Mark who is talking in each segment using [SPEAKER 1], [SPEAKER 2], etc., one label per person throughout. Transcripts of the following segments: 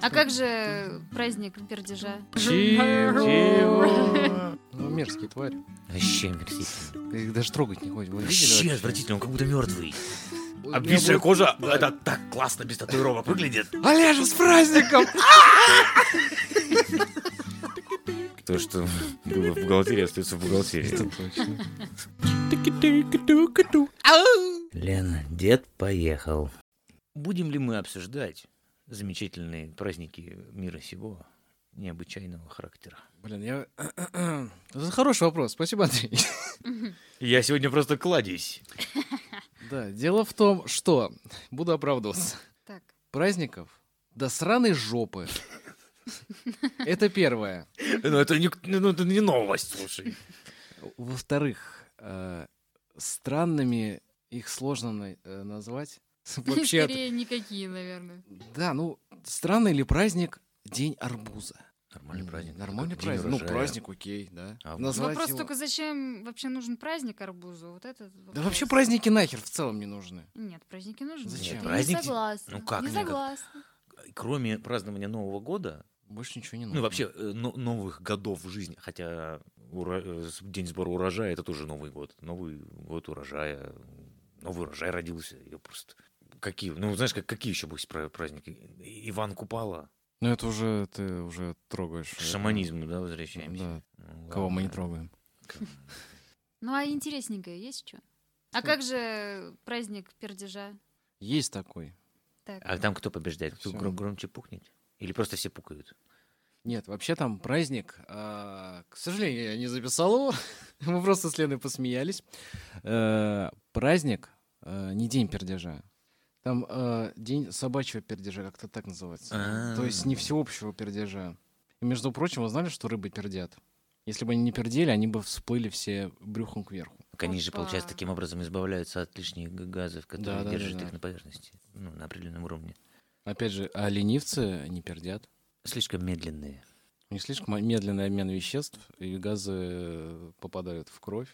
[SPEAKER 1] А как же праздник пердежа?
[SPEAKER 2] Ну, мерзкие твари.
[SPEAKER 3] Вообще мерзительно.
[SPEAKER 2] Я Их даже трогать не хочешь.
[SPEAKER 3] Вообще А отвратительно, он как будто мертвый.
[SPEAKER 4] Обвисшая кожа, это так классно без татуировок выглядит.
[SPEAKER 2] Олежа, с праздником!
[SPEAKER 3] То, что было в бухгалтерии, остается в бухгалтерии.
[SPEAKER 2] Точно.
[SPEAKER 3] Лена, дед поехал. Будем ли мы обсуждать замечательные праздники мира сего необычайного характера?
[SPEAKER 2] Блин, я... Это хороший вопрос. Спасибо, Андрей.
[SPEAKER 4] Я сегодня просто кладезь.
[SPEAKER 2] Да, дело в том, что... Буду оправдываться.
[SPEAKER 1] Так.
[SPEAKER 2] Праздников до сраной жопы. Это первое.
[SPEAKER 4] Ну это не, ну, это не новость, слушай.
[SPEAKER 2] Во-вторых, э, странными их сложно на- э, назвать. Вообще, от-
[SPEAKER 1] Скорее, никакие, наверное.
[SPEAKER 2] да, ну, странный ли праздник День арбуза?
[SPEAKER 3] Нормальный праздник.
[SPEAKER 2] Нормальный
[SPEAKER 3] Как день
[SPEAKER 2] праздник. Ну,
[SPEAKER 3] урожая. А
[SPEAKER 2] праздник, окей, да.
[SPEAKER 3] Арбуз.
[SPEAKER 1] Ну
[SPEAKER 2] Назвать
[SPEAKER 1] просто
[SPEAKER 2] его-
[SPEAKER 1] только зачем вообще нужен праздник арбузу? Вот это
[SPEAKER 2] Да вообще праздники нахер в целом не нужны.
[SPEAKER 1] Нет, праздники нужны.
[SPEAKER 2] Зачем?
[SPEAKER 1] Я
[SPEAKER 3] Праздники?
[SPEAKER 1] Не согласна.
[SPEAKER 3] Ну как
[SPEAKER 1] Не
[SPEAKER 3] не как?
[SPEAKER 1] согласна.
[SPEAKER 3] Кроме празднования Нового года,
[SPEAKER 2] Больше ничего не нужно.
[SPEAKER 3] ну вообще э, но- новых годов в жизни, хотя ура- э, с- день сбора урожая это тоже Новый год. Новый год урожая, новый урожай родился. Я просто... Какие, ну знаешь, как, какие еще будут пра- праздники? И- Иван Купала,
[SPEAKER 2] Ну это уже ты уже трогаешь.
[SPEAKER 3] к шаманизму, да, возвращаемся. Ну,
[SPEAKER 2] кого мы не
[SPEAKER 3] ладно.
[SPEAKER 2] трогаем.
[SPEAKER 1] Ну а интересненькое есть что? А как же праздник пердежа?
[SPEAKER 2] Есть такой.
[SPEAKER 1] Так.
[SPEAKER 3] А там кто побеждает? Кто
[SPEAKER 2] Всё.
[SPEAKER 3] гром- громче пухнет? Или просто все пукают?
[SPEAKER 2] Нет, вообще там праздник. а, к сожалению, я не записал его. Мы просто с Леной посмеялись. Э, праздник э, не день пердежа. Там э, день собачьего пердежа, как-то так
[SPEAKER 3] А.
[SPEAKER 2] называется. То есть не всеобщего пердежа. И, между прочим, вы знали, что рыбы пердят? Если бы они не пердели, они бы всплыли все брюхом кверху.
[SPEAKER 3] Так Они же, получается,
[SPEAKER 1] Опа.
[SPEAKER 3] таким образом избавляются от лишних г- газов, которые
[SPEAKER 2] Да-да-да-да.
[SPEAKER 3] держат их на поверхности. Ну, на определенном уровне.
[SPEAKER 2] Опять же, а ленивцы не пердят.
[SPEAKER 3] Слишком медленные.
[SPEAKER 2] У них слишком медленный обмен веществ, и газы э, попадают в кровь.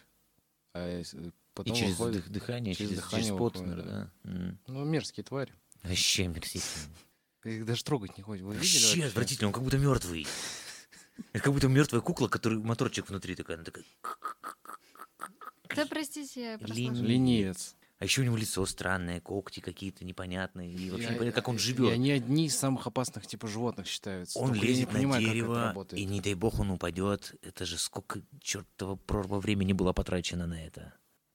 [SPEAKER 2] А если- потом
[SPEAKER 3] и через
[SPEAKER 2] выходит-
[SPEAKER 3] дых- дыхание,
[SPEAKER 2] через
[SPEAKER 3] через, через
[SPEAKER 2] дыхание
[SPEAKER 3] пот,
[SPEAKER 2] выходит,
[SPEAKER 3] наверное, да. М.
[SPEAKER 2] Ну, мерзкие твари.
[SPEAKER 3] Вообще мерзительно.
[SPEAKER 2] Их даже трогать не хочешь. Вы видели
[SPEAKER 3] Вообще
[SPEAKER 2] вообще?
[SPEAKER 3] отвратительно, он как будто мертвый. Это как будто мертвая кукла, которой моторчик внутри такая. Она такая.
[SPEAKER 1] Да, простите, я прослушала.
[SPEAKER 3] Лень.
[SPEAKER 2] Ленивец.
[SPEAKER 3] А еще у него лицо странное, когти какие-то непонятные. И вообще
[SPEAKER 2] Я-
[SPEAKER 3] непонятно, как он
[SPEAKER 2] И
[SPEAKER 3] живет.
[SPEAKER 2] они одни из самых опасных типа животных считаются.
[SPEAKER 3] Он
[SPEAKER 2] Только я
[SPEAKER 3] лезет
[SPEAKER 2] не понимаю,
[SPEAKER 3] на
[SPEAKER 2] как это
[SPEAKER 3] дерево,
[SPEAKER 2] работает.
[SPEAKER 3] и не дай бог он упадет. Это же сколько чертова прорва времени было потрачено на это.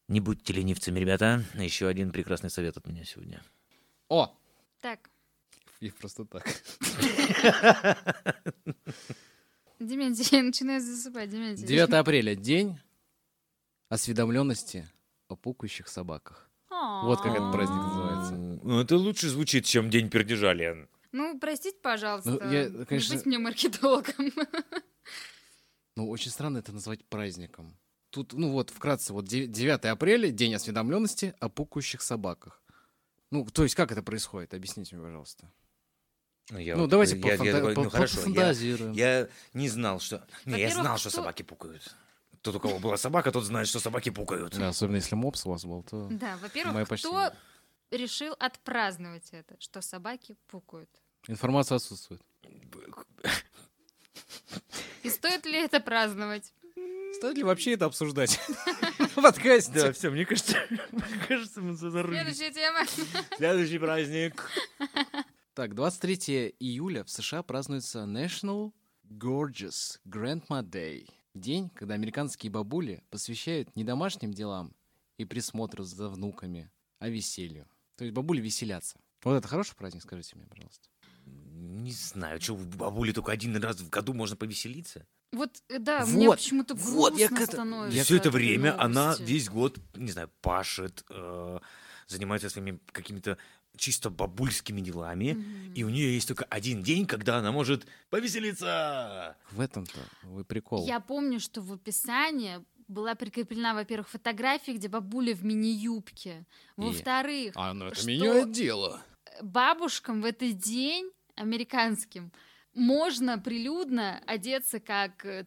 [SPEAKER 3] Не будьте ленивцами, ребята. Еще один прекрасный совет от меня сегодня.
[SPEAKER 2] О!
[SPEAKER 1] Так,
[SPEAKER 2] И просто так.
[SPEAKER 1] Дементий, я начинаю засыпать, Дементий.
[SPEAKER 2] 9 апреля. День осведомленности о пукающих собаках. Вот как этот праздник называется.
[SPEAKER 4] Ну это лучше звучит, чем день пердежа, Лен.
[SPEAKER 1] Ну, простите, пожалуйста.
[SPEAKER 2] Ну, я,
[SPEAKER 1] Не
[SPEAKER 2] конечно-
[SPEAKER 1] быть мне маркетологом.
[SPEAKER 2] Ну, очень странно это назвать праздником. Тут, ну вот, вкратце, вот де- 9 апреля, день осведомленности о пукающих собаках. Ну, то есть, как это происходит? Объясните мне, пожалуйста.
[SPEAKER 3] я
[SPEAKER 2] ну,
[SPEAKER 3] вот
[SPEAKER 2] давайте
[SPEAKER 3] такой- я- я
[SPEAKER 2] пофанта-
[SPEAKER 3] такой,
[SPEAKER 2] по-
[SPEAKER 3] ну, хорошо, я-
[SPEAKER 2] пофантазируем.
[SPEAKER 3] Я не знал, что... Не, я
[SPEAKER 1] Во-первых,
[SPEAKER 3] знал, что
[SPEAKER 1] кто-
[SPEAKER 3] собаки пукают.
[SPEAKER 4] Тот, у кого была собака, тот знает, что собаки пукают.
[SPEAKER 2] Да, Э, особенно если мопс у вас был, то...
[SPEAKER 1] Да,
[SPEAKER 2] Мое
[SPEAKER 1] во-первых, кто
[SPEAKER 2] почтение.
[SPEAKER 1] решил отпраздновать это, что собаки пукают?
[SPEAKER 2] Информация отсутствует.
[SPEAKER 1] И стоит ли это праздновать?
[SPEAKER 2] Стоит ли вообще это обсуждать в подкасте?
[SPEAKER 4] все, мне кажется, мне кажется, мы зарубим.
[SPEAKER 1] Следующая тема.
[SPEAKER 4] Следующий праздник.
[SPEAKER 2] Так, 23 июля в США празднуется National Gorgeous Grandma Day. День, когда американские бабули посвящают не домашним делам и присмотру за внуками, а веселью. То есть бабули веселятся. Вот это хороший праздник, скажите мне, пожалуйста.
[SPEAKER 3] Не знаю, что, бабули только один раз в году можно повеселиться?
[SPEAKER 1] Вот, э, да,
[SPEAKER 2] Вот,
[SPEAKER 1] мне почему-то
[SPEAKER 3] вот, я к
[SPEAKER 1] грустно
[SPEAKER 3] это-
[SPEAKER 1] становится.
[SPEAKER 3] все это
[SPEAKER 1] от этой
[SPEAKER 3] время она
[SPEAKER 1] новости.
[SPEAKER 3] весь год, не знаю, пашет, э, занимается своими какими-то чисто бабульскими делами.
[SPEAKER 1] Мгм.
[SPEAKER 3] И у нее есть только один день, когда она может повеселиться.
[SPEAKER 2] В этом-то вы прикол.
[SPEAKER 1] Я помню, что в описании была прикреплена, во-первых, фотография, где бабуля в мини-юбке.
[SPEAKER 2] И-
[SPEAKER 1] Во-вторых,
[SPEAKER 2] А, ну
[SPEAKER 1] Что?
[SPEAKER 2] дело.
[SPEAKER 1] бабушкам в этот день американским можно прилюдно одеться как э,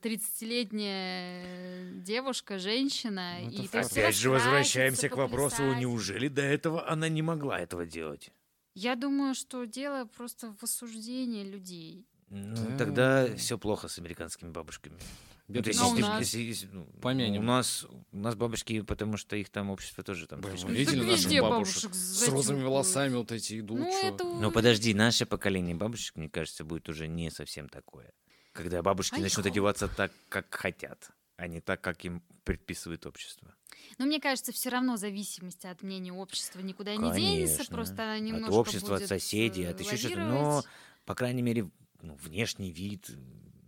[SPEAKER 1] 30-летняя девушка, женщина.
[SPEAKER 2] Ну, это
[SPEAKER 1] и
[SPEAKER 2] факт.
[SPEAKER 1] то есть
[SPEAKER 2] Опять
[SPEAKER 4] Опять же
[SPEAKER 1] раскраситься,
[SPEAKER 4] возвращаемся к вопросу,
[SPEAKER 1] поплясать.
[SPEAKER 4] неужели до этого она не могла этого делать?
[SPEAKER 1] Я думаю, что дело просто в осуждении людей.
[SPEAKER 3] Ну,
[SPEAKER 2] Да.
[SPEAKER 3] тогда все плохо с американскими бабушками. Ну, то есть,
[SPEAKER 1] Но у
[SPEAKER 3] если-
[SPEAKER 1] нас-
[SPEAKER 3] если- если, ну,
[SPEAKER 2] Помянем.
[SPEAKER 3] У нас, у нас бабушки, потому что их там общество тоже там...
[SPEAKER 2] Блин,
[SPEAKER 3] слишком-
[SPEAKER 2] вы видели
[SPEAKER 1] Ну, так
[SPEAKER 2] наших
[SPEAKER 1] везде
[SPEAKER 2] бабушек
[SPEAKER 1] бабушек
[SPEAKER 2] С розовыми волосами вот эти идут.
[SPEAKER 1] Ну,
[SPEAKER 2] чё.
[SPEAKER 1] это...
[SPEAKER 3] Но подожди, наше поколение бабушек, мне кажется, будет уже не совсем такое. Когда бабушки
[SPEAKER 1] Ай,
[SPEAKER 3] начнут
[SPEAKER 1] хо.
[SPEAKER 3] одеваться так, как хотят, а не так, как им предписывает общество.
[SPEAKER 1] Но ну, мне кажется, все равно зависимости от мнения общества никуда не денется.
[SPEAKER 3] Конечно.
[SPEAKER 1] Просто она
[SPEAKER 3] От
[SPEAKER 1] немножко
[SPEAKER 3] общества, от
[SPEAKER 1] будет,
[SPEAKER 3] соседей,
[SPEAKER 1] э,
[SPEAKER 3] от еще что-то. Но,
[SPEAKER 1] лавировать.
[SPEAKER 3] по крайней мере, ну, внешний вид, э,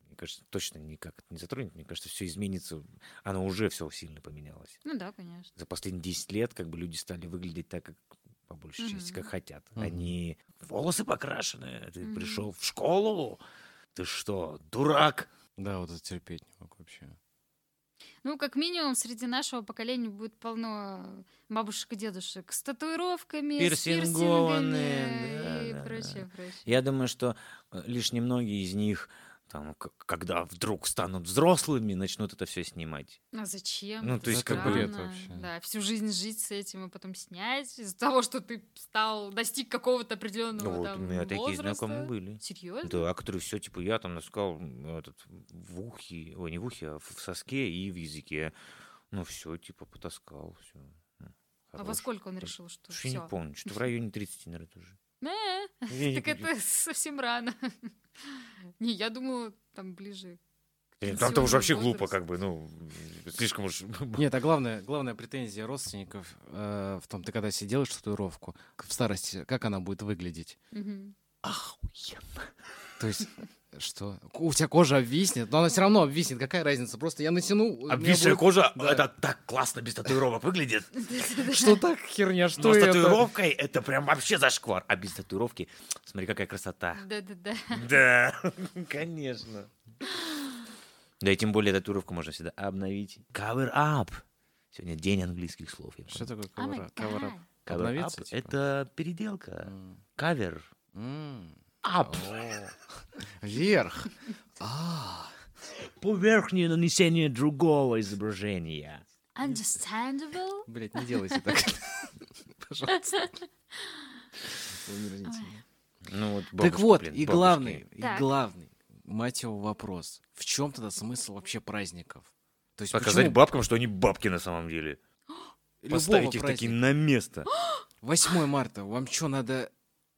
[SPEAKER 3] мне кажется, точно никак это не затронет. Мне кажется, все изменится. Оно уже все сильно поменялось.
[SPEAKER 1] Ну да, конечно.
[SPEAKER 3] За последние 10 лет как бы люди стали выглядеть так, как по большей части, как
[SPEAKER 1] Мгм.
[SPEAKER 3] хотят.
[SPEAKER 2] Мгм.
[SPEAKER 3] Они волосы покрашены, ты
[SPEAKER 1] Мгм.
[SPEAKER 3] пришел в школу, ты что, дурак?
[SPEAKER 2] Да, вот это терпеть не могу вообще.
[SPEAKER 1] Ну, как минимум, среди нашего поколения будет полно бабушек и дедушек с татуировками,
[SPEAKER 3] Пирсингованные,
[SPEAKER 1] с пирсингами и
[SPEAKER 3] да-да-да.
[SPEAKER 1] прочее, прочее.
[SPEAKER 3] Я думаю, что э, лишь немногие из них, там, к- когда вдруг станут взрослыми, начнут это все снимать.
[SPEAKER 1] А зачем?
[SPEAKER 3] Ну, то есть как бы
[SPEAKER 1] странно.
[SPEAKER 2] лет вообще.
[SPEAKER 1] Да, всю жизнь жить с этим и потом снять из-за того, что ты стал, достиг какого-то определенного
[SPEAKER 3] Ну, вот у
[SPEAKER 1] там
[SPEAKER 3] меня такие знакомые
[SPEAKER 1] возраста.
[SPEAKER 3] были.
[SPEAKER 1] Серьезно?
[SPEAKER 3] Да, а которые все, типа, я там наскал м, этот, в ухе, ой, не в ухе, а в в соске и в языке. Ну, все, типа, потаскал, все.
[SPEAKER 1] А во сколько он решил, что
[SPEAKER 3] Что я не
[SPEAKER 1] все?
[SPEAKER 3] помню, что-то в районе 30, наверное, тоже. Я не
[SPEAKER 1] Так
[SPEAKER 3] помню.
[SPEAKER 1] это совсем рано. Не, я думала, там ближе. к
[SPEAKER 3] Блин,
[SPEAKER 1] пенсионному
[SPEAKER 3] Там-то уже вообще глупо,
[SPEAKER 1] возрасту.
[SPEAKER 3] как бы, ну, слишком уж...
[SPEAKER 2] Нет, а главная, главная претензия родственников э, в том, ты когда себе делаешь татуировку, к- в старости, как она будет выглядеть?
[SPEAKER 1] Мгм.
[SPEAKER 2] То есть, что? У тебя кожа обвиснет, но она все равно обвиснет. Какая разница? Просто я натяну... у меня
[SPEAKER 4] Обвисшая
[SPEAKER 2] будет-
[SPEAKER 4] кожа,
[SPEAKER 2] да.
[SPEAKER 4] это так классно без татуировок выглядит.
[SPEAKER 2] Что так херня?
[SPEAKER 4] Но
[SPEAKER 2] Что
[SPEAKER 4] с
[SPEAKER 2] это?
[SPEAKER 4] татуировкой это прям вообще зашквар.
[SPEAKER 3] А без татуировки, смотри, какая красота.
[SPEAKER 1] Да-да-да.
[SPEAKER 3] Да, конечно. Да и тем более татуировку можно всегда обновить. Cover up. Сегодня день английских слов. я
[SPEAKER 2] Что
[SPEAKER 3] понял.
[SPEAKER 2] такое
[SPEAKER 1] Oh my
[SPEAKER 2] cover up? Cover up?
[SPEAKER 1] God.
[SPEAKER 3] Cover
[SPEAKER 2] Обновиться,
[SPEAKER 3] up
[SPEAKER 2] типа?
[SPEAKER 3] Это переделка.
[SPEAKER 2] М.
[SPEAKER 3] Кавер.
[SPEAKER 2] М.
[SPEAKER 3] Ап.
[SPEAKER 2] О. Вверх. А.
[SPEAKER 3] Поверхнее нанесение другого изображения.
[SPEAKER 1] Understandable?
[SPEAKER 2] Блять, не делайте так. Пожалуйста. Умерните.
[SPEAKER 1] Ой.
[SPEAKER 3] Ну вот,
[SPEAKER 2] Так
[SPEAKER 3] бабушка,
[SPEAKER 2] вот,
[SPEAKER 3] блин,
[SPEAKER 2] и
[SPEAKER 3] бабушки.
[SPEAKER 2] главный, и
[SPEAKER 1] Так.
[SPEAKER 2] главный, мать его, вопрос. В чем тогда смысл вообще праздников? То есть
[SPEAKER 3] Показать
[SPEAKER 2] почему
[SPEAKER 3] бабкам, что они бабки на самом деле.
[SPEAKER 2] любого
[SPEAKER 3] Поставить их такие
[SPEAKER 2] праздника?
[SPEAKER 3] на место.
[SPEAKER 2] 8 марта, вам что, надо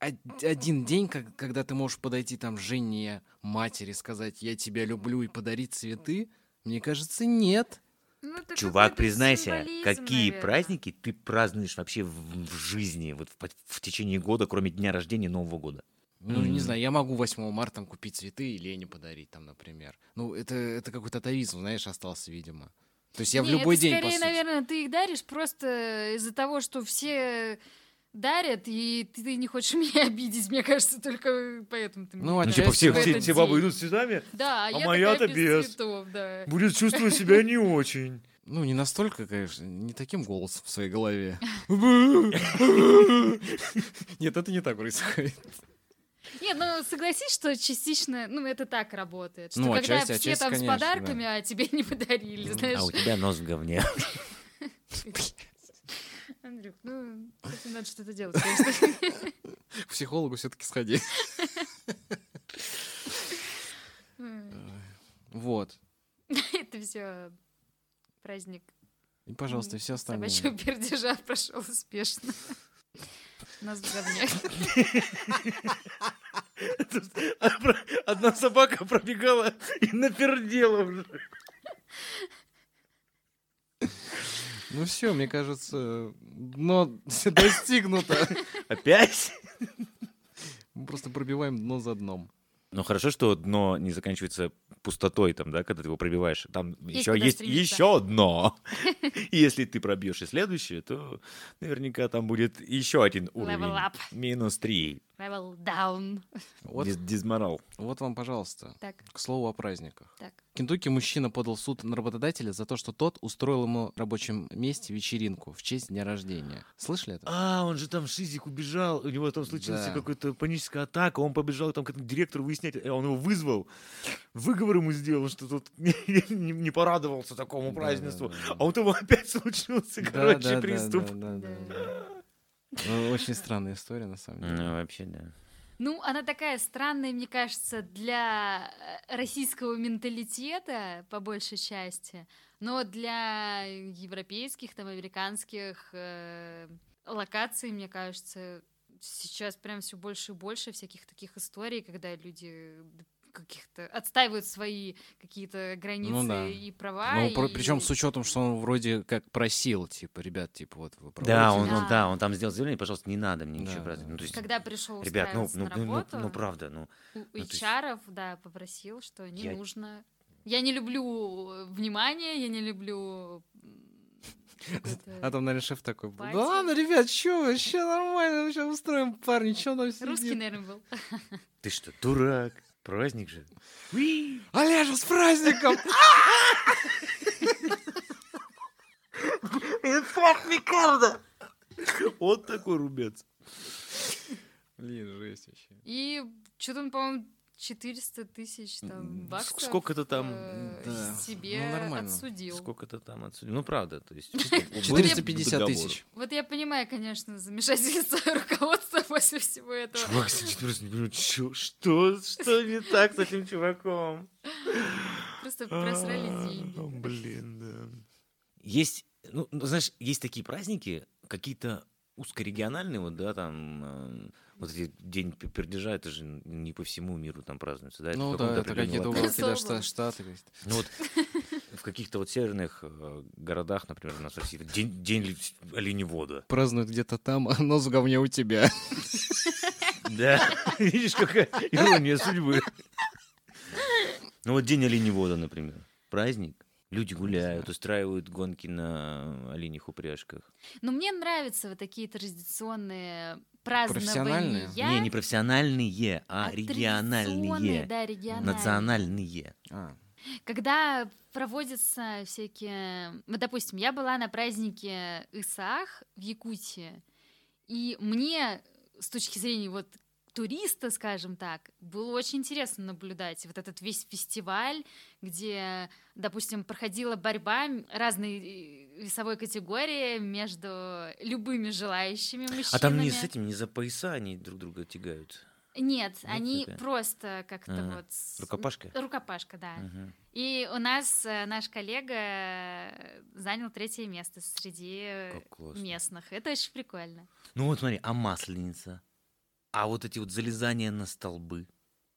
[SPEAKER 2] од- один день, как- когда ты можешь подойти там Жене, матери, сказать «я тебя люблю» и подарить цветы? Мне кажется, нет.
[SPEAKER 1] Ну, это
[SPEAKER 3] Чувак,
[SPEAKER 1] какой-то
[SPEAKER 3] признайся,
[SPEAKER 1] символизм,
[SPEAKER 3] какие
[SPEAKER 1] наверное.
[SPEAKER 3] праздники ты празднуешь вообще в, в жизни, вот в, по- в течение года, кроме дня рождения и Нового года?
[SPEAKER 2] Ну, не
[SPEAKER 3] Мгм.
[SPEAKER 2] знаю, я могу 8 марта там купить цветы и Лене подарить там, например. Ну, это, это какой-то атовизм, знаешь, остался, видимо. То есть я в
[SPEAKER 1] Не,
[SPEAKER 2] любой
[SPEAKER 1] это
[SPEAKER 2] день, по
[SPEAKER 1] скорее,
[SPEAKER 2] сути.
[SPEAKER 1] наверное, ты их даришь просто из-за того, что все дарят, и ты, ты не хочешь меня обидеть, мне кажется, только поэтому ты
[SPEAKER 2] Ну,
[SPEAKER 1] мне
[SPEAKER 2] Ну,
[SPEAKER 1] даришь
[SPEAKER 2] типа, все-
[SPEAKER 1] в этот день.
[SPEAKER 3] цветами,
[SPEAKER 1] Да, а,
[SPEAKER 3] а
[SPEAKER 1] я
[SPEAKER 3] моя-то
[SPEAKER 1] такая без,
[SPEAKER 3] без.
[SPEAKER 1] цветов, да.
[SPEAKER 3] будет чувствовать себя не очень.
[SPEAKER 2] Ну, не настолько, конечно, не таким голосом в своей голове. Нет, это не так происходит.
[SPEAKER 1] Нет, ну согласись, что частично, ну это так работает. Что
[SPEAKER 2] Ну,
[SPEAKER 1] когда
[SPEAKER 2] отчасти-
[SPEAKER 1] все
[SPEAKER 2] отчасти,
[SPEAKER 1] там
[SPEAKER 2] конечно, Ну,
[SPEAKER 1] с подарками, а тебе не подарили, знаешь.
[SPEAKER 3] А у тебя нос в говне.
[SPEAKER 1] Андрюк, ну, с этим надо что-то делать, конечно.
[SPEAKER 2] К психологу все-таки сходи.
[SPEAKER 1] М,
[SPEAKER 2] Вот.
[SPEAKER 1] Это все праздник
[SPEAKER 2] И, пожалуйста, все остальное.
[SPEAKER 1] собачьего пердежа прошел успешно. Нас в говне.
[SPEAKER 3] Одна собака пробегала и напердела уже.
[SPEAKER 2] Ну все, мне кажется, дно достигнуто.
[SPEAKER 3] Опять?
[SPEAKER 2] Мы просто пробиваем дно за дном.
[SPEAKER 3] Ну хорошо, что дно не заканчивается пустотой там, да, когда ты его пробиваешь. Там еще
[SPEAKER 1] куда
[SPEAKER 3] есть
[SPEAKER 1] стремиться.
[SPEAKER 3] еще дно. И если ты пробьешь и следующее, то наверняка там будет еще один уровень.
[SPEAKER 1] Level up,
[SPEAKER 3] Минус три.
[SPEAKER 1] level down.
[SPEAKER 2] Вот,
[SPEAKER 3] Дис- Дизморал.
[SPEAKER 2] вот вам, пожалуйста.
[SPEAKER 1] Так,
[SPEAKER 2] К слову о праздниках.
[SPEAKER 1] так.
[SPEAKER 2] В Кентукки мужчина подал в суд на работодателя за то, что тот устроил ему в рабочем месте вечеринку в честь дня рождения. Слышали это?
[SPEAKER 3] А, он же там Шизик убежал, у него там случилась
[SPEAKER 2] Да.
[SPEAKER 3] какая-то паническая атака, он побежал там к этому директору выяснять, э, он его вызвал, выговор ему сделал, что тут не, не порадовался такому празднеству.
[SPEAKER 2] Да-да-да-да.
[SPEAKER 3] А у того опять случился,
[SPEAKER 2] Да,
[SPEAKER 3] короче,
[SPEAKER 2] да, да,
[SPEAKER 3] приступ.
[SPEAKER 2] да, да, да. Ну, Очень странная история, на самом деле.
[SPEAKER 3] Ну, вообще, да.
[SPEAKER 1] Ну, она такая странная, мне кажется, для э, российского менталитета, по большей части, но для европейских, там, американских э, локаций, мне кажется, сейчас прям все больше и больше всяких таких историй, когда люди каких-то отстаивают свои какие-то
[SPEAKER 3] Ну
[SPEAKER 1] границы
[SPEAKER 2] да.
[SPEAKER 1] и права.
[SPEAKER 2] Ну,
[SPEAKER 1] и-
[SPEAKER 2] причем с учетом, что он вроде как просил, типа, ребят, типа, вот вы
[SPEAKER 3] Да,
[SPEAKER 2] проводите
[SPEAKER 3] он, он-
[SPEAKER 1] Да.
[SPEAKER 3] да, он там сделал заявление, пожалуйста, не надо мне
[SPEAKER 2] Да,
[SPEAKER 3] ничего брать.
[SPEAKER 2] да.
[SPEAKER 3] Ну, то есть,
[SPEAKER 1] когда пришел
[SPEAKER 3] ребят, ну,
[SPEAKER 1] устраиваться
[SPEAKER 3] ну,
[SPEAKER 1] на
[SPEAKER 3] ну, ну,
[SPEAKER 1] работу,
[SPEAKER 3] ну, правда, ну,
[SPEAKER 1] У
[SPEAKER 3] Ну, то есть-
[SPEAKER 1] HR, да, попросил, что не
[SPEAKER 3] Я-
[SPEAKER 1] нужно. Я не люблю э, внимание, я не люблю... м, какой-то
[SPEAKER 2] А там, наверное, шеф такой, был,
[SPEAKER 1] Батя.
[SPEAKER 2] да ладно, ребят, что вы, все нормально, сейчас устроим, парни, что там сидит?
[SPEAKER 1] Русский, наверное, был.
[SPEAKER 3] ты что, дурак? Праздник же. Уи!
[SPEAKER 2] Олежа, с праздником!
[SPEAKER 3] Вот такой рубец.
[SPEAKER 2] Блин, жесть вообще.
[SPEAKER 1] И что-то он, по-моему, 400 тысяч там
[SPEAKER 3] М,
[SPEAKER 1] баксов
[SPEAKER 3] сколько-то там,
[SPEAKER 1] э,
[SPEAKER 2] да.
[SPEAKER 1] себе
[SPEAKER 2] Ну, нормально.
[SPEAKER 1] отсудил.
[SPEAKER 3] Сколько-то там отсюда. Ну, правда, то есть... чисто по
[SPEAKER 2] 450
[SPEAKER 3] договору.
[SPEAKER 2] тысяч.
[SPEAKER 1] Вот я понимаю, конечно, замешательство руководства после всего этого.
[SPEAKER 3] Чувак сидит просто не понимает, чё- что, что не так с этим чуваком?
[SPEAKER 1] Просто просрали
[SPEAKER 3] А,
[SPEAKER 1] деньги.
[SPEAKER 3] Блин,
[SPEAKER 2] Ну
[SPEAKER 3] да. Есть, ну, ну, знаешь, есть такие праздники, какие-то узкорегиональные, вот, да, там, э, вот эти День п- пердежа, это же не по всему миру там празднуется, да? в
[SPEAKER 2] Ну да,
[SPEAKER 3] каком-то
[SPEAKER 2] это
[SPEAKER 3] определенном
[SPEAKER 2] какие-то
[SPEAKER 3] локале.
[SPEAKER 2] уголки, да,
[SPEAKER 1] Особо.
[SPEAKER 2] шта- штаты. какие-то.
[SPEAKER 3] Ну вот в каких-то вот северных э, городах, например, у нас в России, день, день ли- оленевода.
[SPEAKER 2] Празднуют где-то там, а нос в говне у тебя.
[SPEAKER 3] Да, видишь, какая ирония судьбы. Ну вот день оленевода, например, праздник. Люди гуляют, устраивают гонки на оленях упряжках.
[SPEAKER 1] Но мне нравятся вот такие традиционные
[SPEAKER 2] Профессиональные?
[SPEAKER 1] празднования.
[SPEAKER 3] Не, не профессиональные, а
[SPEAKER 1] а традиционные,
[SPEAKER 3] региональные,
[SPEAKER 1] Да, региональные.
[SPEAKER 3] национальные.
[SPEAKER 2] А,
[SPEAKER 1] Когда проводятся всякие... Вот, допустим, я была на празднике Исаах в Якутии, и мне с точки зрения вот туриста, скажем так, было очень интересно наблюдать вот этот весь фестиваль, где, допустим, проходила борьба м- разной э, весовой категории между любыми желающими мужчинами.
[SPEAKER 3] А там не с этим, не за пояса они друг друга тягают.
[SPEAKER 1] Нет, они
[SPEAKER 3] такая?
[SPEAKER 1] просто как-то
[SPEAKER 3] Ага.
[SPEAKER 1] вот... с-
[SPEAKER 3] Рукопашка?
[SPEAKER 1] Рукопашка, да.
[SPEAKER 3] Мгм.
[SPEAKER 1] И у нас э, наш коллега э, занял третье место среди э,
[SPEAKER 3] Как классно.
[SPEAKER 1] местных. Это очень прикольно.
[SPEAKER 3] Ну вот смотри, а масленица? А вот эти вот залезания на столбы?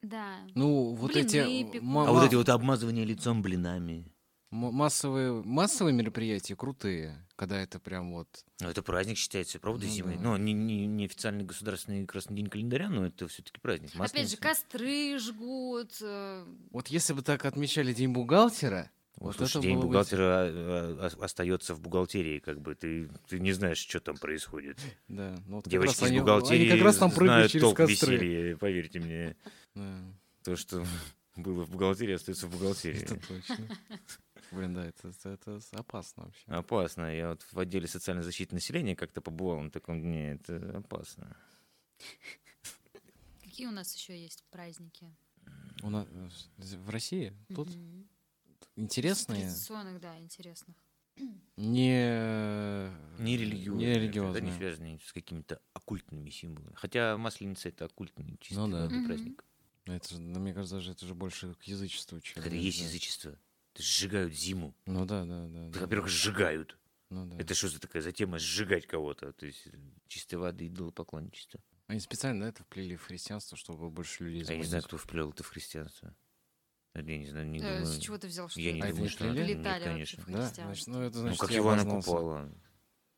[SPEAKER 1] Да.
[SPEAKER 2] Ну, вот
[SPEAKER 1] Блины
[SPEAKER 2] эти
[SPEAKER 1] пекут.
[SPEAKER 2] ма-
[SPEAKER 3] А вот
[SPEAKER 2] ма-
[SPEAKER 3] эти вот обмазывания лицом блинами?
[SPEAKER 2] ма- массовые массовые мероприятия крутые, когда это прям вот...
[SPEAKER 3] Ну, это праздник считается, правда,
[SPEAKER 2] Ну
[SPEAKER 3] зимой.
[SPEAKER 2] да.
[SPEAKER 3] Ну, не, не, не официальный государственный красный день календаря, но это все-таки праздник.
[SPEAKER 1] Опять же,
[SPEAKER 3] Масленица.
[SPEAKER 1] костры жгут. э,
[SPEAKER 2] Вот если бы так отмечали День бухгалтера, вот
[SPEAKER 3] Вот, слушай,
[SPEAKER 2] это
[SPEAKER 3] день
[SPEAKER 2] было бы-
[SPEAKER 3] бухгалтера а, а, остается в бухгалтерии, как бы ты, ты не знаешь, что там происходит.
[SPEAKER 2] Да, ну вот как раз
[SPEAKER 3] Девочки из
[SPEAKER 2] они-
[SPEAKER 3] бухгалтерии
[SPEAKER 2] Они как раз там прыгали
[SPEAKER 3] знают
[SPEAKER 2] через
[SPEAKER 3] толк
[SPEAKER 2] костры.
[SPEAKER 3] веселья, поверьте мне.
[SPEAKER 2] Да.
[SPEAKER 3] То, что было в бухгалтерии, остается в бухгалтерии.
[SPEAKER 2] Это точно. Блин, да, это, это- это опасно вообще.
[SPEAKER 3] Опасно. Я вот в отделе социальной защиты населения как-то побывал на таком дне. Это опасно.
[SPEAKER 1] Какие у нас еще есть праздники?
[SPEAKER 2] У нас э, з- в России тут
[SPEAKER 1] Мгм.
[SPEAKER 2] интересные,
[SPEAKER 1] Традиционных, да, интересных.
[SPEAKER 2] не...
[SPEAKER 3] Не религиозные.
[SPEAKER 2] Не
[SPEAKER 3] Да, не
[SPEAKER 2] религиозные.
[SPEAKER 3] связанные с какими-то оккультными символами. Хотя масленица это оккультный чистый
[SPEAKER 2] Ну да.
[SPEAKER 3] воды
[SPEAKER 1] Мгм.
[SPEAKER 3] праздник.
[SPEAKER 2] Ну, Это же, ну, мне кажется, даже это же больше к язычеству, чем...
[SPEAKER 3] Это
[SPEAKER 2] не
[SPEAKER 3] есть
[SPEAKER 2] знаю.
[SPEAKER 3] язычество. Это сжигают зиму.
[SPEAKER 2] Ну да, да, да.
[SPEAKER 3] Это,
[SPEAKER 2] да.
[SPEAKER 3] во-первых, сжигают.
[SPEAKER 2] Ну да.
[SPEAKER 3] Это что за такая за тема сжигать кого-то? То есть э, чистой воды идолопоклонничество. А
[SPEAKER 2] Они специально это вплели в христианство, чтобы больше людей
[SPEAKER 3] Я не
[SPEAKER 2] заблудить.
[SPEAKER 3] знаю, кто вплел это в христианство. Это Я не знаю, не
[SPEAKER 1] Э, С
[SPEAKER 3] думаю.
[SPEAKER 1] чего ты взял, что
[SPEAKER 3] Я не
[SPEAKER 2] А
[SPEAKER 1] это
[SPEAKER 2] это
[SPEAKER 3] думаю,
[SPEAKER 2] не
[SPEAKER 3] что она-
[SPEAKER 2] вплели?
[SPEAKER 3] нет,
[SPEAKER 1] Летали вообще
[SPEAKER 3] конечно.
[SPEAKER 1] в
[SPEAKER 2] Да, значит, ну это
[SPEAKER 3] Ну
[SPEAKER 2] значит,
[SPEAKER 3] как
[SPEAKER 2] я
[SPEAKER 3] Ивана
[SPEAKER 2] обознался.
[SPEAKER 3] Купала?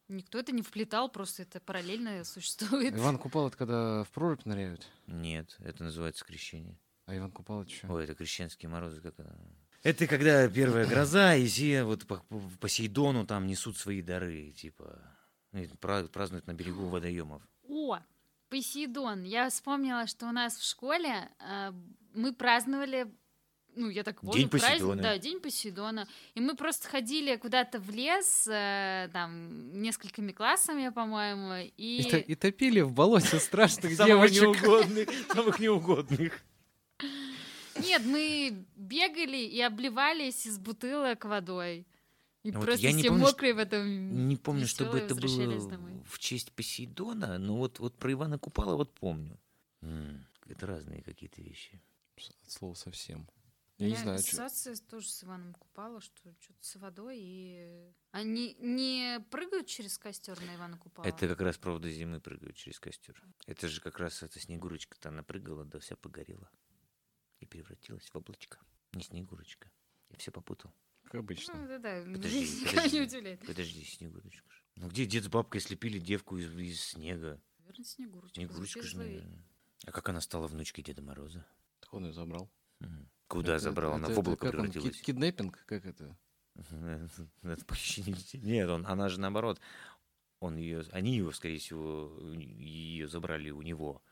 [SPEAKER 1] Никто это не вплетал, просто это параллельно существует.
[SPEAKER 2] Иван Купал, это когда в прорубь ныряют.
[SPEAKER 3] Нет, это называется крещение.
[SPEAKER 2] А Иван Купал это что?
[SPEAKER 3] Ой, это крещенские морозы, как она. Это когда первая гроза, и все вот по по- Посейдону там несут свои дары, типа, ну, и пра- празднуют на берегу водоемов.
[SPEAKER 1] О, Посейдон. Я вспомнила, что у нас в школе э, мы праздновали, ну, я так помню,
[SPEAKER 3] День
[SPEAKER 1] праздник-
[SPEAKER 3] Посейдона.
[SPEAKER 1] да, День Посейдона. И мы просто ходили куда-то в лес, э, там, несколькими классами, по-моему, и...
[SPEAKER 2] И, то- и топили в болоте страшных
[SPEAKER 3] Самых
[SPEAKER 2] девочек.
[SPEAKER 3] неугодных, самых неугодных.
[SPEAKER 1] Нет, мы бегали и обливались из бутылок водой. И
[SPEAKER 3] Ну вот
[SPEAKER 1] просто
[SPEAKER 3] я не
[SPEAKER 1] все
[SPEAKER 3] помню, что-
[SPEAKER 1] мокрые в этом.
[SPEAKER 3] Не помню, чтобы
[SPEAKER 1] весёлые
[SPEAKER 3] это
[SPEAKER 1] возвращались
[SPEAKER 3] было
[SPEAKER 1] домой.
[SPEAKER 3] в честь Посейдона, но вот, вот про Ивана Купала вот помню. М, Это разные какие-то вещи.
[SPEAKER 2] От слова совсем.
[SPEAKER 1] У
[SPEAKER 2] Я не
[SPEAKER 1] меня
[SPEAKER 2] знаю, чё-
[SPEAKER 1] ассоциация тоже с Иваном Купала, что что-то с водой и... Они не прыгают через костер на Ивана Купала?
[SPEAKER 3] Это как раз правда зимы прыгают через костер. Это же как раз эта снегурочка-то она прыгала, да вся погорела. И превратилась в облачко. Не снегурочка. Я все попутал.
[SPEAKER 2] как обычно.
[SPEAKER 1] Ну, да, да,
[SPEAKER 3] Подожди,
[SPEAKER 1] никого
[SPEAKER 3] подожди.
[SPEAKER 1] не удивляет.
[SPEAKER 3] Подожди, снегурочка. ж. Ну где дед с бабкой слепили девку из, из снега?
[SPEAKER 1] Наверное, Снегурочка.
[SPEAKER 3] Снегурочка
[SPEAKER 1] Звучит
[SPEAKER 3] же,
[SPEAKER 1] зловеще.
[SPEAKER 3] наверное. А как она стала внучкой Деда Мороза?
[SPEAKER 2] Так он ее забрал.
[SPEAKER 3] Мгм. Куда
[SPEAKER 2] Это-
[SPEAKER 3] забрала? Она
[SPEAKER 2] это- это
[SPEAKER 3] в облако
[SPEAKER 2] как он, кид-
[SPEAKER 3] превратилась.
[SPEAKER 2] Киднеппинг? Как это?
[SPEAKER 3] Это похищение детей. Нет, он, она же наоборот. Он ее, они ее, скорее всего, ее забрали у него.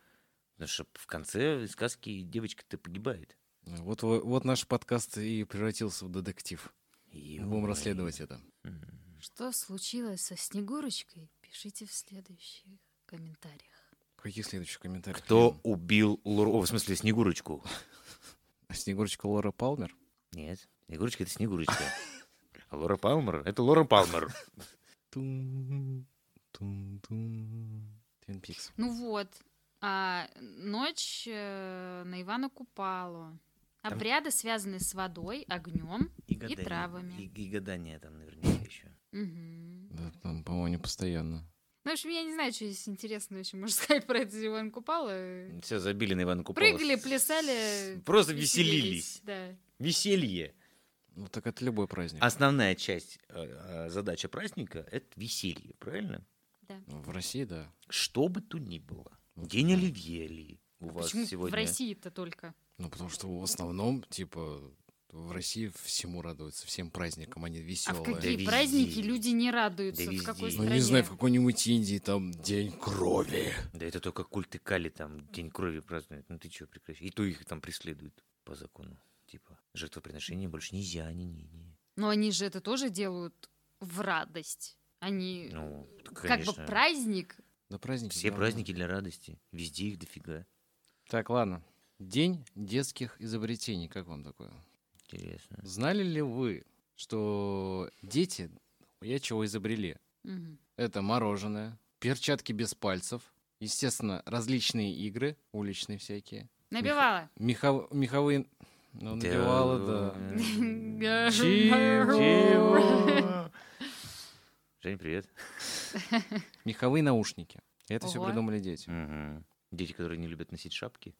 [SPEAKER 3] Потому что в конце сказки девочка-то погибает.
[SPEAKER 2] Ну, Вот, во- вот наш подкаст и превратился в детектив.
[SPEAKER 3] И
[SPEAKER 2] Мы будем расследовать это.
[SPEAKER 3] М.
[SPEAKER 1] Что случилось со Снегурочкой, пишите в следующих комментариях.
[SPEAKER 2] В каких следующих комментариях?
[SPEAKER 3] Кто
[SPEAKER 2] Лен?
[SPEAKER 3] убил Лору? О, в смысле, Снегурочку.
[SPEAKER 2] А, Снегурочка Лора Палмер?
[SPEAKER 3] Нет, Снегурочка — это Снегурочка. А Лора Палмер — это Лора Палмер.
[SPEAKER 2] Тун, тун, тун. Твин Пикс.
[SPEAKER 1] Ну вот, а ночь э, на Ивана Купалу.
[SPEAKER 3] Там-
[SPEAKER 1] Обряды, связанные с водой, огнем. гадание. травами.
[SPEAKER 3] И, и гадание там наверняка еще.
[SPEAKER 1] Мгм.
[SPEAKER 2] Да, там, по-моему, не постоянно.
[SPEAKER 1] Ну, в общем, я не знаю, что здесь интересного еще можно сказать про этот Иван Купала.
[SPEAKER 3] Все забили на Ивана Купала.
[SPEAKER 1] Прыгали, плясали.
[SPEAKER 3] Просто веселились.
[SPEAKER 1] Да.
[SPEAKER 3] Веселье.
[SPEAKER 2] Ну так это любой праздник.
[SPEAKER 3] Основная часть, э, э, задача праздника — это веселье, правильно?
[SPEAKER 2] В России, да. Ну, типа,
[SPEAKER 3] Что бы то ни было. День Оливье ли у
[SPEAKER 1] А
[SPEAKER 3] вас
[SPEAKER 1] Почему
[SPEAKER 3] сегодня?
[SPEAKER 1] в России-то только?
[SPEAKER 2] Ну потому что в основном, типа, в России всему радуются, всем праздникам, они
[SPEAKER 1] А
[SPEAKER 2] веселые.
[SPEAKER 1] в какие
[SPEAKER 3] везде.
[SPEAKER 1] праздники люди не радуются?
[SPEAKER 3] Да
[SPEAKER 1] в какой
[SPEAKER 3] везде.
[SPEAKER 2] Ну
[SPEAKER 1] стране?
[SPEAKER 2] не знаю, в какой-нибудь Индии там День крови.
[SPEAKER 3] Да это только культы Кали там День крови празднуют. Ну ты чего, прекращай. И то их там преследуют по закону. Типа жертвоприношения больше нельзя, не, не, не.
[SPEAKER 1] Но они же это тоже делают в радость. Они
[SPEAKER 3] Ну,
[SPEAKER 1] э, как
[SPEAKER 3] конечно.
[SPEAKER 1] бы праздник.
[SPEAKER 2] Да праздники.
[SPEAKER 3] Все
[SPEAKER 2] да.
[SPEAKER 3] праздники для радости. Везде их дофига.
[SPEAKER 2] Так, ладно. День детских изобретений. Как вам такое?
[SPEAKER 3] Интересно.
[SPEAKER 2] Знали ли вы, что дети я чего изобрели?
[SPEAKER 1] Мгм.
[SPEAKER 2] Это мороженое, перчатки без пальцев, естественно, различные игры, уличные всякие,
[SPEAKER 1] Набивала.
[SPEAKER 2] меха- меховые... Ну, набивала, да.
[SPEAKER 1] Да.
[SPEAKER 2] Чего? Чего?
[SPEAKER 3] Жень, привет.
[SPEAKER 2] Меховые наушники. Это все
[SPEAKER 1] Ого.
[SPEAKER 2] придумали дети.
[SPEAKER 3] Мгм. Дети, которые не любят носить шапки.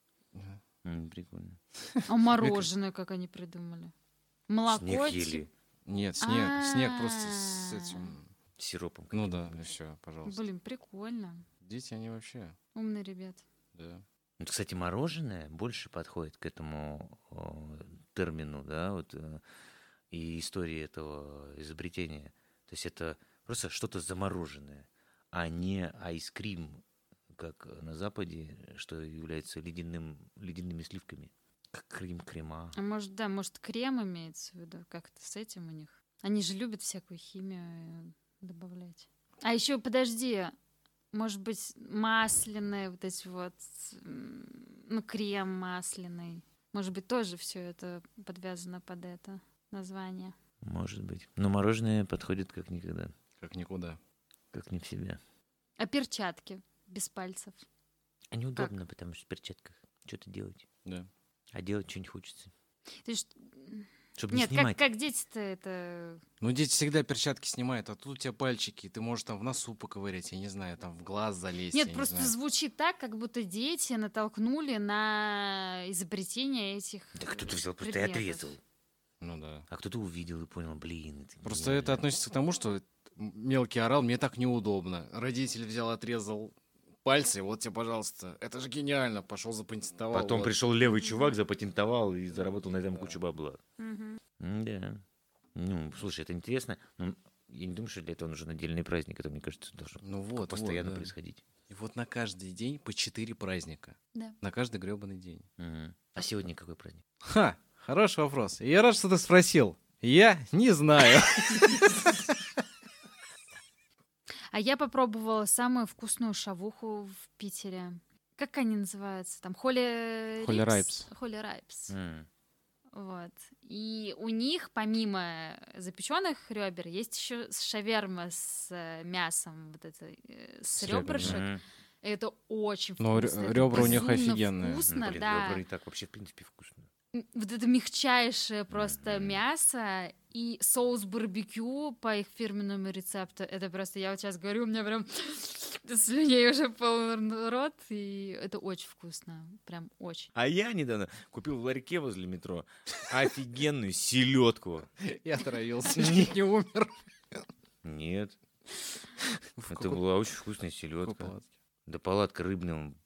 [SPEAKER 3] М, Прикольно.
[SPEAKER 1] А мороженое, как они придумали. Молоко.
[SPEAKER 3] Снег
[SPEAKER 1] типа.
[SPEAKER 3] ели.
[SPEAKER 2] Нет, снег. Снег просто с
[SPEAKER 1] А.
[SPEAKER 2] этим...
[SPEAKER 3] Сиропом.
[SPEAKER 2] Ну да, все, пожалуйста.
[SPEAKER 1] Блин, прикольно.
[SPEAKER 2] Дети, они вообще...
[SPEAKER 1] Умные ребят.
[SPEAKER 2] Да.
[SPEAKER 3] Вот, Ну, Кстати, мороженое больше подходит к этому о, термину, да, вот э, и истории этого изобретения. То есть это просто что-то замороженное, а не айскрим, как на Западе, что является ледяным, ледяными сливками. Как крем-крема.
[SPEAKER 1] А может, да, может, крем имеется в виду. Как-то с этим у них. Они же любят всякую химию э, добавлять. А еще, подожди, может быть, масляные вот эти вот, м, ну, крем масляный. Может быть, тоже все это подвязано под это название.
[SPEAKER 3] Может быть. Но мороженое подходит как никогда,
[SPEAKER 2] Как никуда.
[SPEAKER 3] как не в себя.
[SPEAKER 1] А перчатки без пальцев.
[SPEAKER 3] А неудобно, потому что в перчатках что-то делать.
[SPEAKER 2] Да.
[SPEAKER 3] А делать что-нибудь хочется.
[SPEAKER 1] То есть,
[SPEAKER 3] Чтобы
[SPEAKER 1] нет,
[SPEAKER 3] не снимать.
[SPEAKER 1] как, как дети-то это...
[SPEAKER 2] Ну, дети всегда перчатки снимают, а тут у тебя пальчики, и ты можешь там в носу поковырять, я не знаю, там в глаз залезть. я
[SPEAKER 1] Нет,
[SPEAKER 2] не
[SPEAKER 1] просто
[SPEAKER 2] знаю.
[SPEAKER 1] звучит так, как будто дети натолкнули на изобретение этих...
[SPEAKER 3] Да кто-то взял, просто и
[SPEAKER 1] предметов.
[SPEAKER 3] отрезал.
[SPEAKER 2] Ну да.
[SPEAKER 3] А кто-то увидел и понял, блин, это
[SPEAKER 2] Просто
[SPEAKER 3] гениально».
[SPEAKER 2] это относится к тому, что м- мелкий орал, мне так неудобно. Родитель взял, отрезал пальцы, вот тебе, пожалуйста. Это же гениально, пошел запатентовал.
[SPEAKER 3] Потом
[SPEAKER 2] вот.
[SPEAKER 3] пришел левый чувак, запатентовал и заработал на этом кучу бабла.
[SPEAKER 1] Мгм.
[SPEAKER 3] Да. Ну, слушай, это интересно. но я не думаю, что для этого нужен отдельный праздник. Это, мне кажется, должно
[SPEAKER 2] Ну вот, вот,
[SPEAKER 3] постоянно
[SPEAKER 2] да.
[SPEAKER 3] происходить.
[SPEAKER 2] И вот на каждый день по четыре праздника.
[SPEAKER 1] Да.
[SPEAKER 2] На каждый гребаный день.
[SPEAKER 3] Мгм. А сегодня какой праздник?
[SPEAKER 2] Ха, хороший вопрос. Я рад, что ты спросил. Я не знаю.
[SPEAKER 1] А я попробовала самую вкусную шавуху в Питере. Как они называются? Там холи...
[SPEAKER 2] Холи
[SPEAKER 1] рипс?
[SPEAKER 2] райпс.
[SPEAKER 1] Холи райпс.
[SPEAKER 3] М.
[SPEAKER 1] Вот. И у них, помимо запеченных ребер, есть еще шаверма с э, мясом, вот это, э, с,
[SPEAKER 2] С
[SPEAKER 1] ребрышек.
[SPEAKER 2] ребрами,
[SPEAKER 3] Мгм.
[SPEAKER 1] Это очень
[SPEAKER 2] Ну,
[SPEAKER 1] вкусно.
[SPEAKER 2] рё-
[SPEAKER 1] это
[SPEAKER 2] ребра у них
[SPEAKER 1] безумно
[SPEAKER 2] офигенные.
[SPEAKER 1] Вкусно,
[SPEAKER 3] Блин,
[SPEAKER 1] да.
[SPEAKER 3] ребра и так вообще, в принципе, вкусно.
[SPEAKER 1] М, Вот это мягчайшее просто
[SPEAKER 3] Мгм.
[SPEAKER 1] мясо и соус барбекю по их фирменному рецепту. Это просто, я вот сейчас говорю, у меня прям слюней уже полный рот, и это очень вкусно, прям очень.
[SPEAKER 4] А я недавно купил в ларьке возле метро офигенную селедку.
[SPEAKER 2] Я отравился, чуть не умер.
[SPEAKER 3] Нет,
[SPEAKER 2] В
[SPEAKER 3] это
[SPEAKER 2] каком-
[SPEAKER 3] была очень вкусная
[SPEAKER 2] в какой
[SPEAKER 3] селедка.
[SPEAKER 2] палатке?
[SPEAKER 3] Да палатка рыбным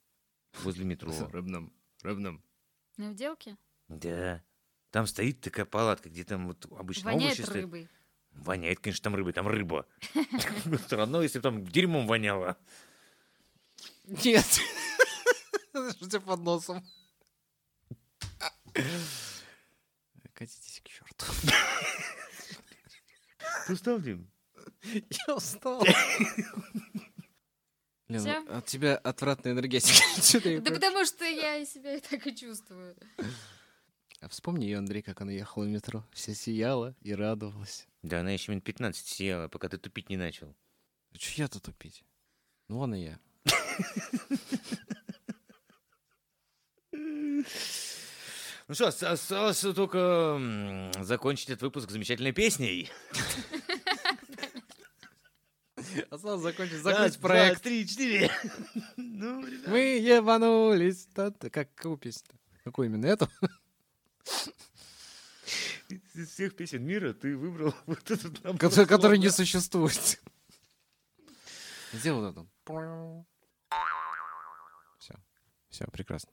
[SPEAKER 3] возле метро.
[SPEAKER 2] В Рыбном. Рыбном.
[SPEAKER 1] На вделке
[SPEAKER 3] Да. Там стоит такая палатка, где там вот обычно
[SPEAKER 1] воняет
[SPEAKER 3] овощи стоят.
[SPEAKER 1] рыбой.
[SPEAKER 3] Воняет, конечно, там рыба, там рыба. Все равно, если бы там дерьмом воняло.
[SPEAKER 2] Нет. Что у тебя под носом? Катитесь к черту.
[SPEAKER 3] Ты устал, Дим?
[SPEAKER 2] Я устал. Блин,
[SPEAKER 1] Всё?
[SPEAKER 2] ну, от тебя отвратная энергетика. Чё ты её
[SPEAKER 1] Да
[SPEAKER 2] про-
[SPEAKER 1] потому что я себя и так и чувствую.
[SPEAKER 2] А Вспомни ее, Андрей, как она ехала в метро. Вся сияла и радовалась.
[SPEAKER 3] Да она еще минут 15 села, пока ты тупить не начал.
[SPEAKER 2] А чё я-то тупить? Ну, вон и я.
[SPEAKER 3] Ну что, ос- осталось только м, закончить этот выпуск замечательной песней.
[SPEAKER 2] Осталось закончить,
[SPEAKER 3] Раз,
[SPEAKER 2] закончить
[SPEAKER 3] два,
[SPEAKER 2] проект.
[SPEAKER 3] три, четыре. Ну, ребят.
[SPEAKER 2] Мы ебанулись. Та- та- Как какую песню? Какую именно эту?
[SPEAKER 3] Из всех песен мира ты выбрал вот этот набор
[SPEAKER 2] Который, который не
[SPEAKER 3] слов.
[SPEAKER 2] существует. Сделал это. Все. Все, прекрасно.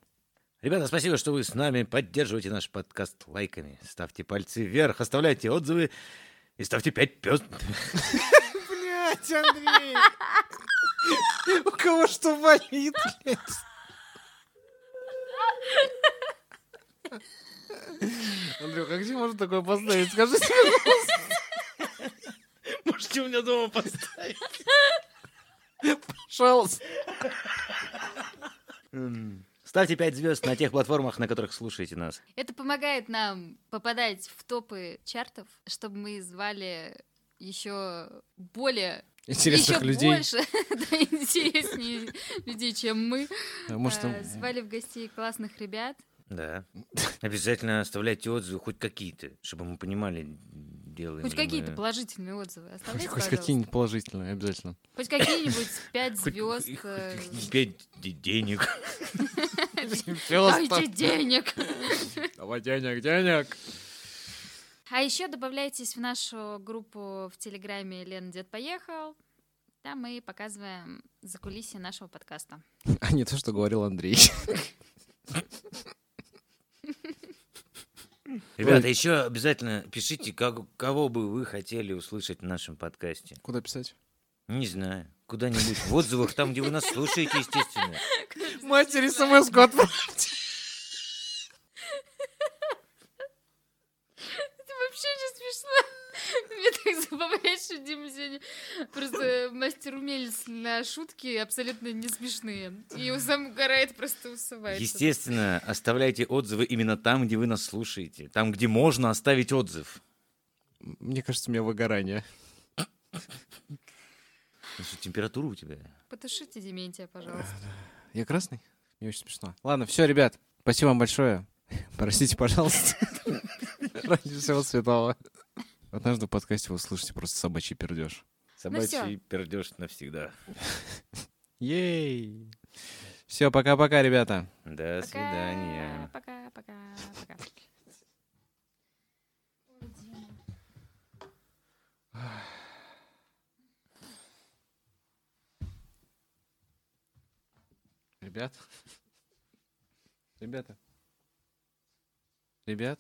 [SPEAKER 3] Ребята, спасибо, что вы с нами. Поддерживайте наш подкаст лайками. Ставьте пальцы вверх, оставляйте отзывы и ставьте пять пёс...
[SPEAKER 2] Блять, Андрей! У кого что болит, блядь? Андрюха, а где можно такое поставить? Скажите,
[SPEAKER 4] Можете у меня дома поставить?
[SPEAKER 2] пожалуйста.
[SPEAKER 3] М, Ставьте пять звезд на тех платформах, на которых слушаете нас.
[SPEAKER 1] Это помогает нам попадать в топы чартов, чтобы мы звали еще более еще больше да, интереснее людей, чем мы.
[SPEAKER 2] Может, там-
[SPEAKER 1] Э, Звали в гостей классных ребят.
[SPEAKER 3] Да. Обязательно оставляйте отзывы, хоть какие-то, чтобы мы понимали, делаем
[SPEAKER 1] Хоть
[SPEAKER 3] ли мы-
[SPEAKER 1] какие-то положительные отзывы оставляйте,
[SPEAKER 2] хоть
[SPEAKER 1] пожалуйста.
[SPEAKER 2] какие-нибудь положительные, обязательно.
[SPEAKER 1] Хоть какие-нибудь пять
[SPEAKER 3] Хоть-
[SPEAKER 1] звезд.
[SPEAKER 3] хоть-
[SPEAKER 1] э,
[SPEAKER 3] хоть Пять де- денег.
[SPEAKER 1] Дайте денег.
[SPEAKER 2] Давай денег, денег.
[SPEAKER 1] А еще добавляйтесь в нашу группу в Телеграме «Лен Дед Поехал». Там мы показываем закулисье нашего подкаста.
[SPEAKER 2] А не то, что говорил Андрей.
[SPEAKER 3] Ребята, еще обязательно пишите, как- кого бы вы хотели услышать в нашем подкасте.
[SPEAKER 2] Куда писать?
[SPEAKER 3] Не знаю. Куда-нибудь в отзывах, там, где вы нас слушаете, естественно.
[SPEAKER 2] Матери смс-ку отправьте.
[SPEAKER 1] Это вообще не смешно. Мне так забавляет, что Дима сегодня просто мастер-умелец на шутки абсолютно не смешные. И сам горает, просто усывается.
[SPEAKER 3] Естественно, оставляйте отзывы именно там, где вы нас слушаете. Там, где можно оставить отзыв.
[SPEAKER 2] Мне кажется, у меня выгорание.
[SPEAKER 3] Ну что, температура у тебя?
[SPEAKER 1] Потушите Дементия, пожалуйста.
[SPEAKER 2] Я красный? Мне очень смешно. Ладно, все, ребят, спасибо вам большое. Простите, пожалуйста. Ради всего святого. Однажды в подкасте вы услышите просто собачий пердеж.
[SPEAKER 3] Собачий пердеж навсегда.
[SPEAKER 2] Ей! Все, пока-пока, ребята.
[SPEAKER 3] До свидания.
[SPEAKER 1] Пока, пока, пока.
[SPEAKER 2] Ребят. Ребята. Ребят.